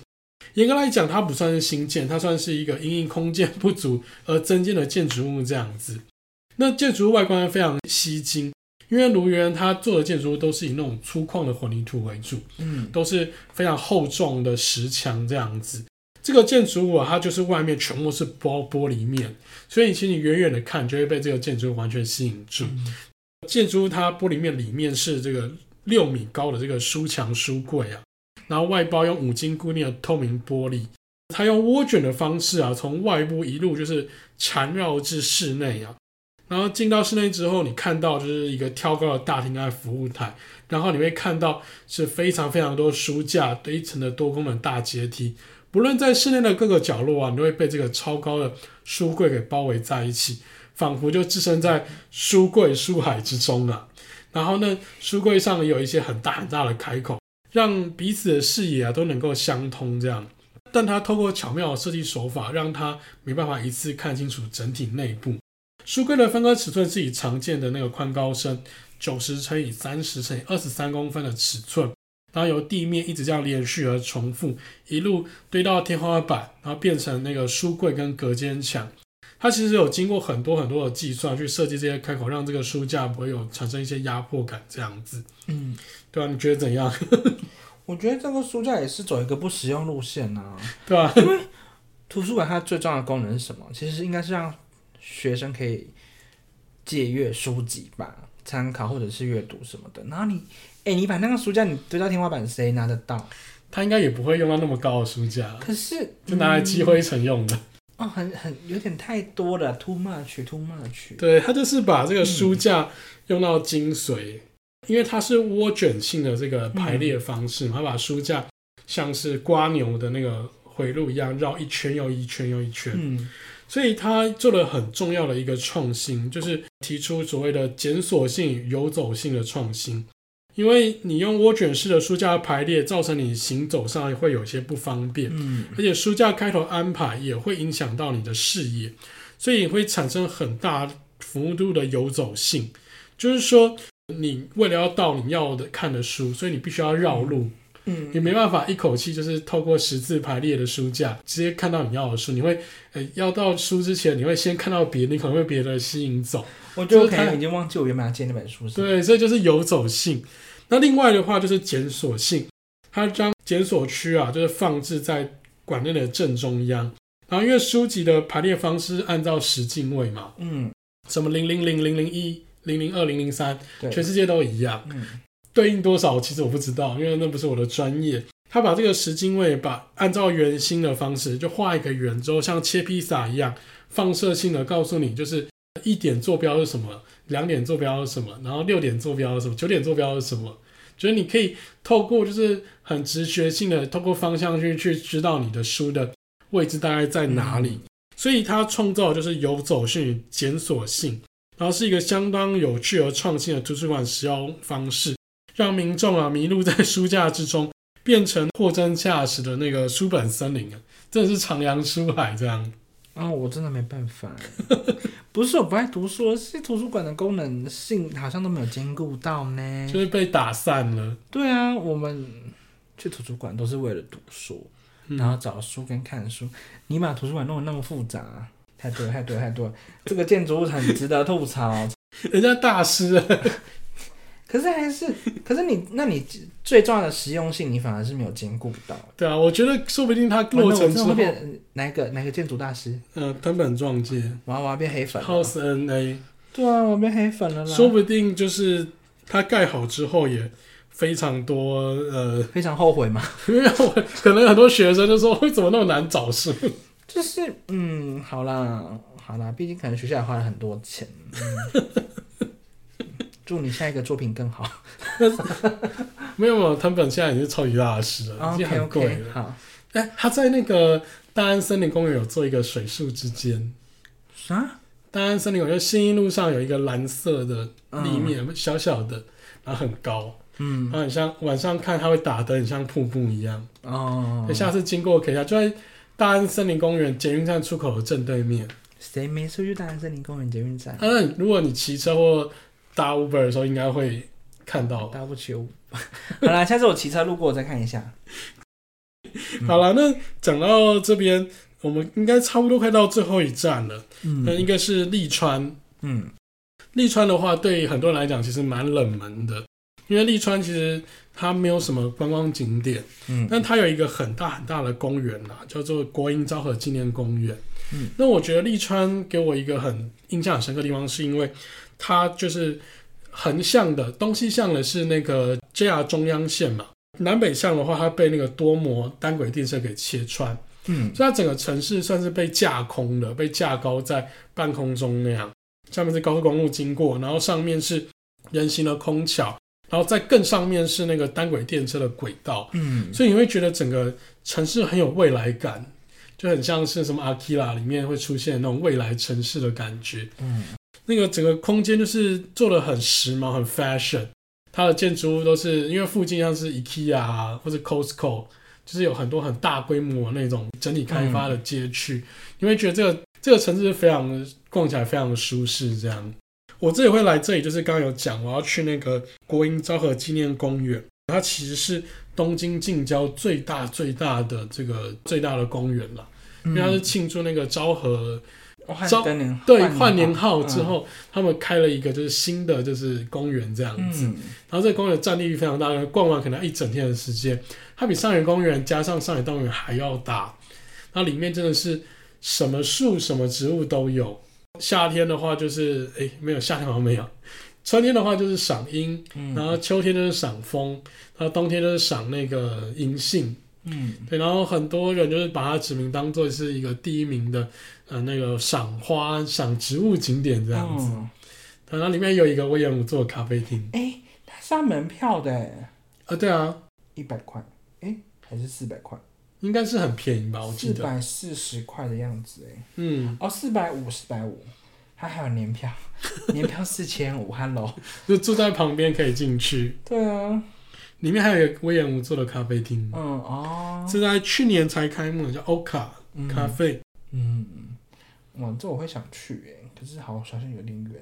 严格来讲，它不算是新建，它算是一个因应空间不足而增建的建筑物这样子。那建筑物外观非常吸睛，因为卢园他做的建筑物都是以那种粗犷的混凝土为主，嗯都是非常厚重的石墙这样子。这个建筑物啊，它就是外面全部是玻玻璃面，所以其实你远远的看，你就会被这个建筑物完全吸引住。嗯建筑物它玻璃面里面是这个六米高的这个书墙书柜啊，然后外包用五金固定的透明玻璃，它用涡卷的方式啊，从外部一路就是缠绕至室内啊。然后进到室内之后，你看到就是一个挑高的大厅和服务台，然后你会看到是非常非常多书架堆成的多功能大阶梯。不论在室内的各个角落啊，你都会被这个超高的书柜给包围在一起，仿佛就置身在书柜书海之中啊。然后呢，书柜上有一些很大很大的开口，让彼此的视野啊都能够相通这样。但它透过巧妙的设计手法，让它没办法一次看清楚整体内部。书柜的分割尺寸是以常见的那个宽高深九十乘以三十乘以二十三公分的尺寸，然后由地面一直这样连续而重复，一路堆到天花板，然后变成那个书柜跟隔间墙。它其实有经过很多很多的计算去设计这些开口，让这个书架不会有产生一些压迫感，这样子，嗯，对啊，你觉得怎样？ *laughs* 我觉得这个书架也是走一个不实用路线啊。对吧、图书馆它最重要的功能是什么？其实应该是让学生可以借阅书籍吧，参考或者是阅读什么的。然后你，哎、你把那个书架你堆到天花板，谁拿得到？它应该也不会用到那么高的书架，可是就拿来积灰尘用的。 *laughs* 哦，很很有点太多了，too much，too much。对，它就是把这个书架用到精髓，因为它是涡卷性的这个排列方式嘛，它把书架像是瓜牛的那个回路一样绕一圈又一圈又一圈。嗯所以他做了很重要的一个创新，就是提出所谓的检索性与游走性的创新。因为你用涡卷式的书架排列，造成你行走上会有一些不方便，嗯而且书架开头安排也会影响到你的视野，所以会产生很大幅度的游走性。就是说你为了要到你要的看的书，所以你必须要绕路。嗯你没办法一口气就是透过十字排列的书架直接看到你要的书，你会呃要到书之前，你会先看到别的，你可能会被别的吸引走。我觉得我就可是他能已经忘记我原本要借那本书是对，这就是游走性。那另外的话就是检索性，它将检索区啊，就是放置在馆内的正中央。然后因为书籍的排列方式是按照十进位嘛，嗯，什么零零零零零一、零零二、零零三，对，全世界都一样。嗯对应多少，其实我不知道，因为那不是我的专业。他把这个十进位把按照圆心的方式，就画一个圆之后，像切披萨一样，放射性的告诉你，就是一点坐标是什么，两点坐标是什么，然后六点坐标是什么，九点坐标是什么。就是你可以透过就是很直觉性的，透过方向去去知道你的书的位置大概在哪里。所以它创造就是游走性与检索性，然后是一个相当有趣而创新的图书馆使用方式。让民众啊迷路在书架之中，变成货真价实的那个书本森林啊，真的是徜徉书海这样。啊、我真的没办法。不是我不爱读书，是图书馆的功能性好像都没有兼顾到呢。就是被打散了。对啊，我们去图书馆都是为了读书，嗯然后找书跟看书。你把图书馆弄得那么复杂、太多了太多了太多了。这个建筑物很值得吐槽，嗯人家大师啊， *laughs* 可是还是，可是你那你最重要的实用性，你反而是没有兼顾到。对啊，我觉得说不定他完了落哦我真成之的后会，变哪一个哪一个建筑大师？呃，藤本壮介我要我要变黑粉了。 House N A，对啊，我变黑粉了啦。说不定就是他盖好之后也非常多呃， *laughs* 非常后悔嘛。因为我可能很多学生就说，为怎么那么难找书？就是嗯，好啦，好啦，毕竟可能学校也花了很多钱。嗯祝你下一个作品更好。 *laughs* 没有没有，藤本现在已经是超级大师了， *laughs* 已经 OK 很贵了 OK，。好。哎、他在那个大安森林公园有做一个水树之间。啥？大安森林公园就新一路上有一个蓝色的立面，小小的，然后很高，嗯然后很像晚上看它会打灯，很像瀑布一样。哦你、，下次经过可以下，就在大安森林公园捷运站出口的正对面。谁没出去大安森林公园捷运站？当然，如果你骑车或搭 Uber 的时候，应该会看到。搭不起我。好啦，下次我骑车路过我再看一下。嗯 *laughs* 好了，那讲到这边，我们应该差不多快到最后一站了。那嗯应该是利川，嗯，利川的话，对很多人来讲其实蛮冷门的，因为利川其实它没有什么观光景点，嗯但它有一个很大很大的公园啦，叫做国营昭和纪念公园。嗯，那我觉得利川给我一个很印象很深刻的地方，是因为它就是横向的东西向的是那个 JR 中央线嘛，南北向的话，它被那个多模单轨电车给切穿。嗯所以它整个城市算是被架空的，被架高在半空中那样。下面是高速公路经过，然后上面是人行的空桥，然后再更上面是那个单轨电车的轨道，嗯，所以你会觉得整个城市很有未来感，就很像是什么《阿基拉》里面会出现那种未来城市的感觉。嗯那个整个空间就是做的很时髦，很 fashion。它的建筑物都是因为附近像是 IKEA 啊，或是 Costco，就是有很多很大规模那种整体开发的街区，你会觉得这个这个城市非常逛起来非常的舒适。这样，我这里会来这里，就是刚刚有讲我要去那个国营昭和纪念公园，它其实是东京近郊最大最大的这个最大的公园了，因为它是庆祝那个昭和嗯我换招更年对，换嗯换年号之后，他们开了一个就是新的就是公园这样子，嗯然后这个公园占地非常大，逛完可能要一整天的时间，它比上野公园加上上野动物园还要大，那里面真的是什么树什么植物都有。夏天的话就是诶，没有夏天好像没有，春天的话就是赏樱，嗯，然后秋天就是赏枫，然后冬天就是赏那个银杏，嗯对，然后很多人就是把它指名当做是一个第一名的，呃，那个赏花、赏植物景点这样子。哦然后里面有一个威廉姆做的咖啡厅哎，它是要门票的，啊，对啊，一百块，哎，还是四百块，应该是很便宜吧？我记四得，百四十块的样子，哎，嗯，哦，四百五，四百五，它还有年票， *laughs* 年票四千五，Hello，就住在旁边可以进去。对啊，里面还有一个威廉姆做的咖啡厅嗯，哦，是在去年才开幕的，叫欧卡嗯咖啡。嗯，哇，这我会想去哎，可是好好像有点远，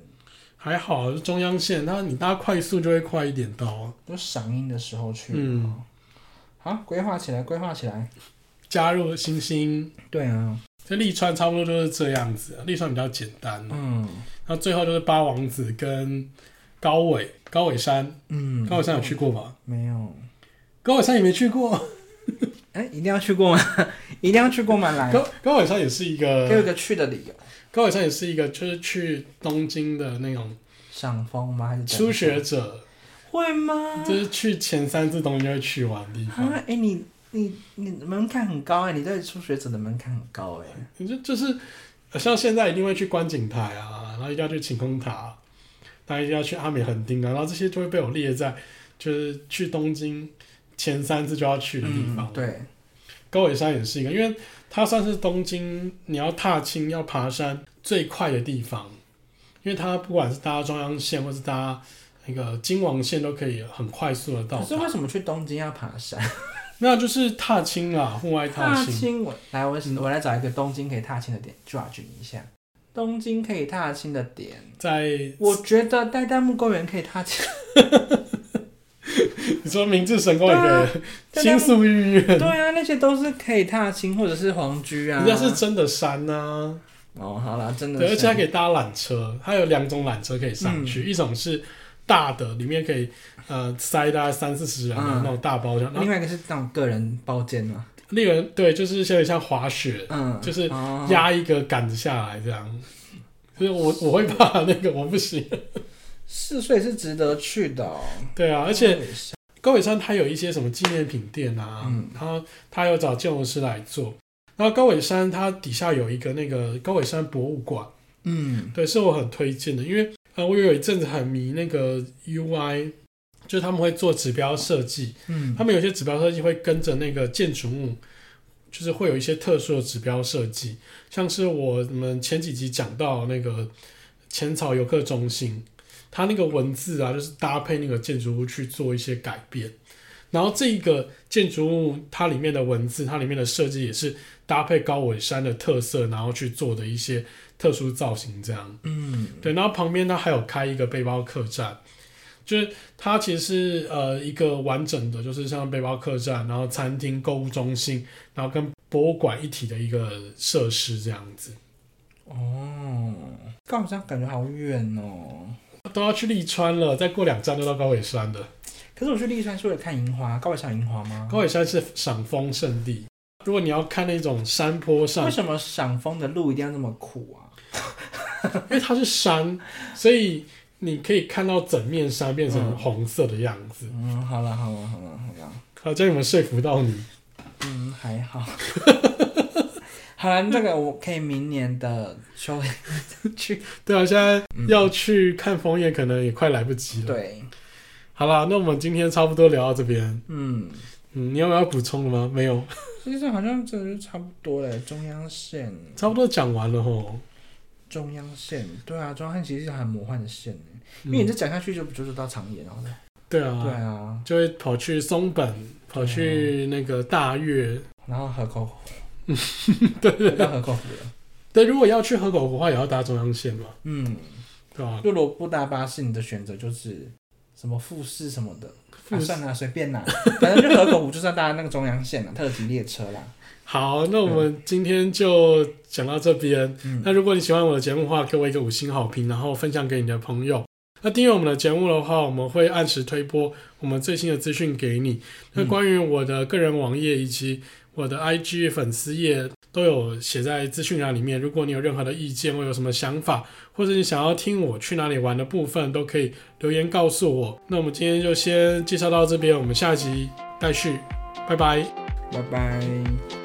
还好是中央线，那你搭快速就会快一点到啊。就赏樱的时候去。哦嗯，好，规划起来，规划起来。加入星星，对啊，这利川差不多就是这样子啊，利川比较简单。哦嗯那最后就是八王子跟高尾高尾山，嗯，高尾山有去过吧？没有？高尾山也没去过，哎、一定要去过吗？ *laughs* 一定要去过吗？来，高高尾山也是一给我一个个去的理由。高尾山也是一个就是去东京的那种嗯赏枫吗？还是怎样初学者，会吗？就是去前三次东京就会去玩的地啊，方。哎、你你你门槛很高哎、你对初学者的门槛很高哎、你就就是呃像现在一定会去观景台啊，然后一定要去晴空塔，大家一定要去阿美横丁啊，然后这些就会被我列在就是去东京前三次就要去的地方。嗯，对，高尾山也是一个，因为它算是东京你要踏青要爬山最快的地方，因为它不管是搭中央线或是搭那个京王线都可以很快速的到可是为达。什么去东京要爬山？那就是踏青啊，户外踏青。青，我来，我我来找一个东京可以踏青的点，judge 你一下。东京可以踏青的点，在我觉得代代木公园可以踏 *laughs* 青。你说明治神宫也可以，新宿御苑，对啊，那些都是可以踏青，或者是皇居啊人。家是真的山呐、哦，好啦，真的对，是。而且还可以搭缆车，它有两种缆车可以上去，一种是大的，里面可以呃塞大概三四十人的嗯那种大包厢，然后另外一个是那种个人包间嘛，另人对，就是有点像滑雪，嗯，就是哦压一个杆子下来这样。所以我我会怕那个，我不行。四岁是值得去的哦、对啊，而且高尾山它有一些什么纪念品店啊，嗯然后它有找建筑师来做。然后高尾山它底下有一个那个高尾山博物馆，嗯，对，是我很推荐的，因为呃，我有一阵子很迷那个 UI，就是他们会做指标设计，嗯他们有些指标设计会跟着那个建筑物，就是会有一些特殊的指标设计，像是我们前几集讲到那个浅草游客中心，它那个文字啊，就是搭配那个建筑物去做一些改变。然后这个建筑物它里面的文字，它里面的设计也是搭配高尾山的特色，然后去做的一些特殊造型，这样。嗯，对，然后旁边它还有开一个背包客栈，就是它其实是呃一个完整的，就是像背包客栈，然后餐厅、购物中心，然后跟博物馆一体的一个设施这样子，哦，高尾山感觉好远哦。都要去利川了，再过两站就到高尾山了。可是我去利川是为了看樱花，高尾山有樱花吗？高尾山是赏枫圣地，如果你要看那种山坡上为，什么赏枫的路一定要这么苦啊？因为它是山，所以你可以看到整面山变成红色的样子。嗯，好了好了好了好了，好，这样有没有说服到你？嗯，还好。 *laughs* 好了，这个我可以明年的秋天去。对啊，现在嗯要去看枫叶，可能也快来不及了。 *laughs* 对，好啦，那我们今天差不多聊到这边。嗯，嗯，你有没有要补充的吗？没有， *laughs* 其实好像这就差不多了。中央线，差不多讲完了吼。中央线，对啊，中央线其实是很魔幻的线耶，嗯因为你这讲下去就不就是到长野了。对啊，对啊，就会跑去松本，跑去那个大月。然后河口湖， *laughs* 对回对到河口湖了。对，如果要去河口湖的话，也要搭中央线嘛，嗯，对吧、就如果不搭巴士，你的选择就是什么富士什么的。富啊、士算了，随便啦，反正就河口湖就是要搭那个中央线啦，特急列车啦。好，那我们今天就讲到这边。嗯那如果你喜欢我的节目的话，给我一个五星好评，然后分享给你的朋友。那订阅我们的节目的话，我们会按时推播我们最新的资讯给你。那嗯关于我的个人网页以及我的 IG 粉丝页都有写在资讯栏里面。如果你有任何的意见或有什么想法，或者你想要听我去哪里玩的部分，都可以留言告诉我。那我们今天就先介绍到这边，我们下集待续，拜拜。拜拜。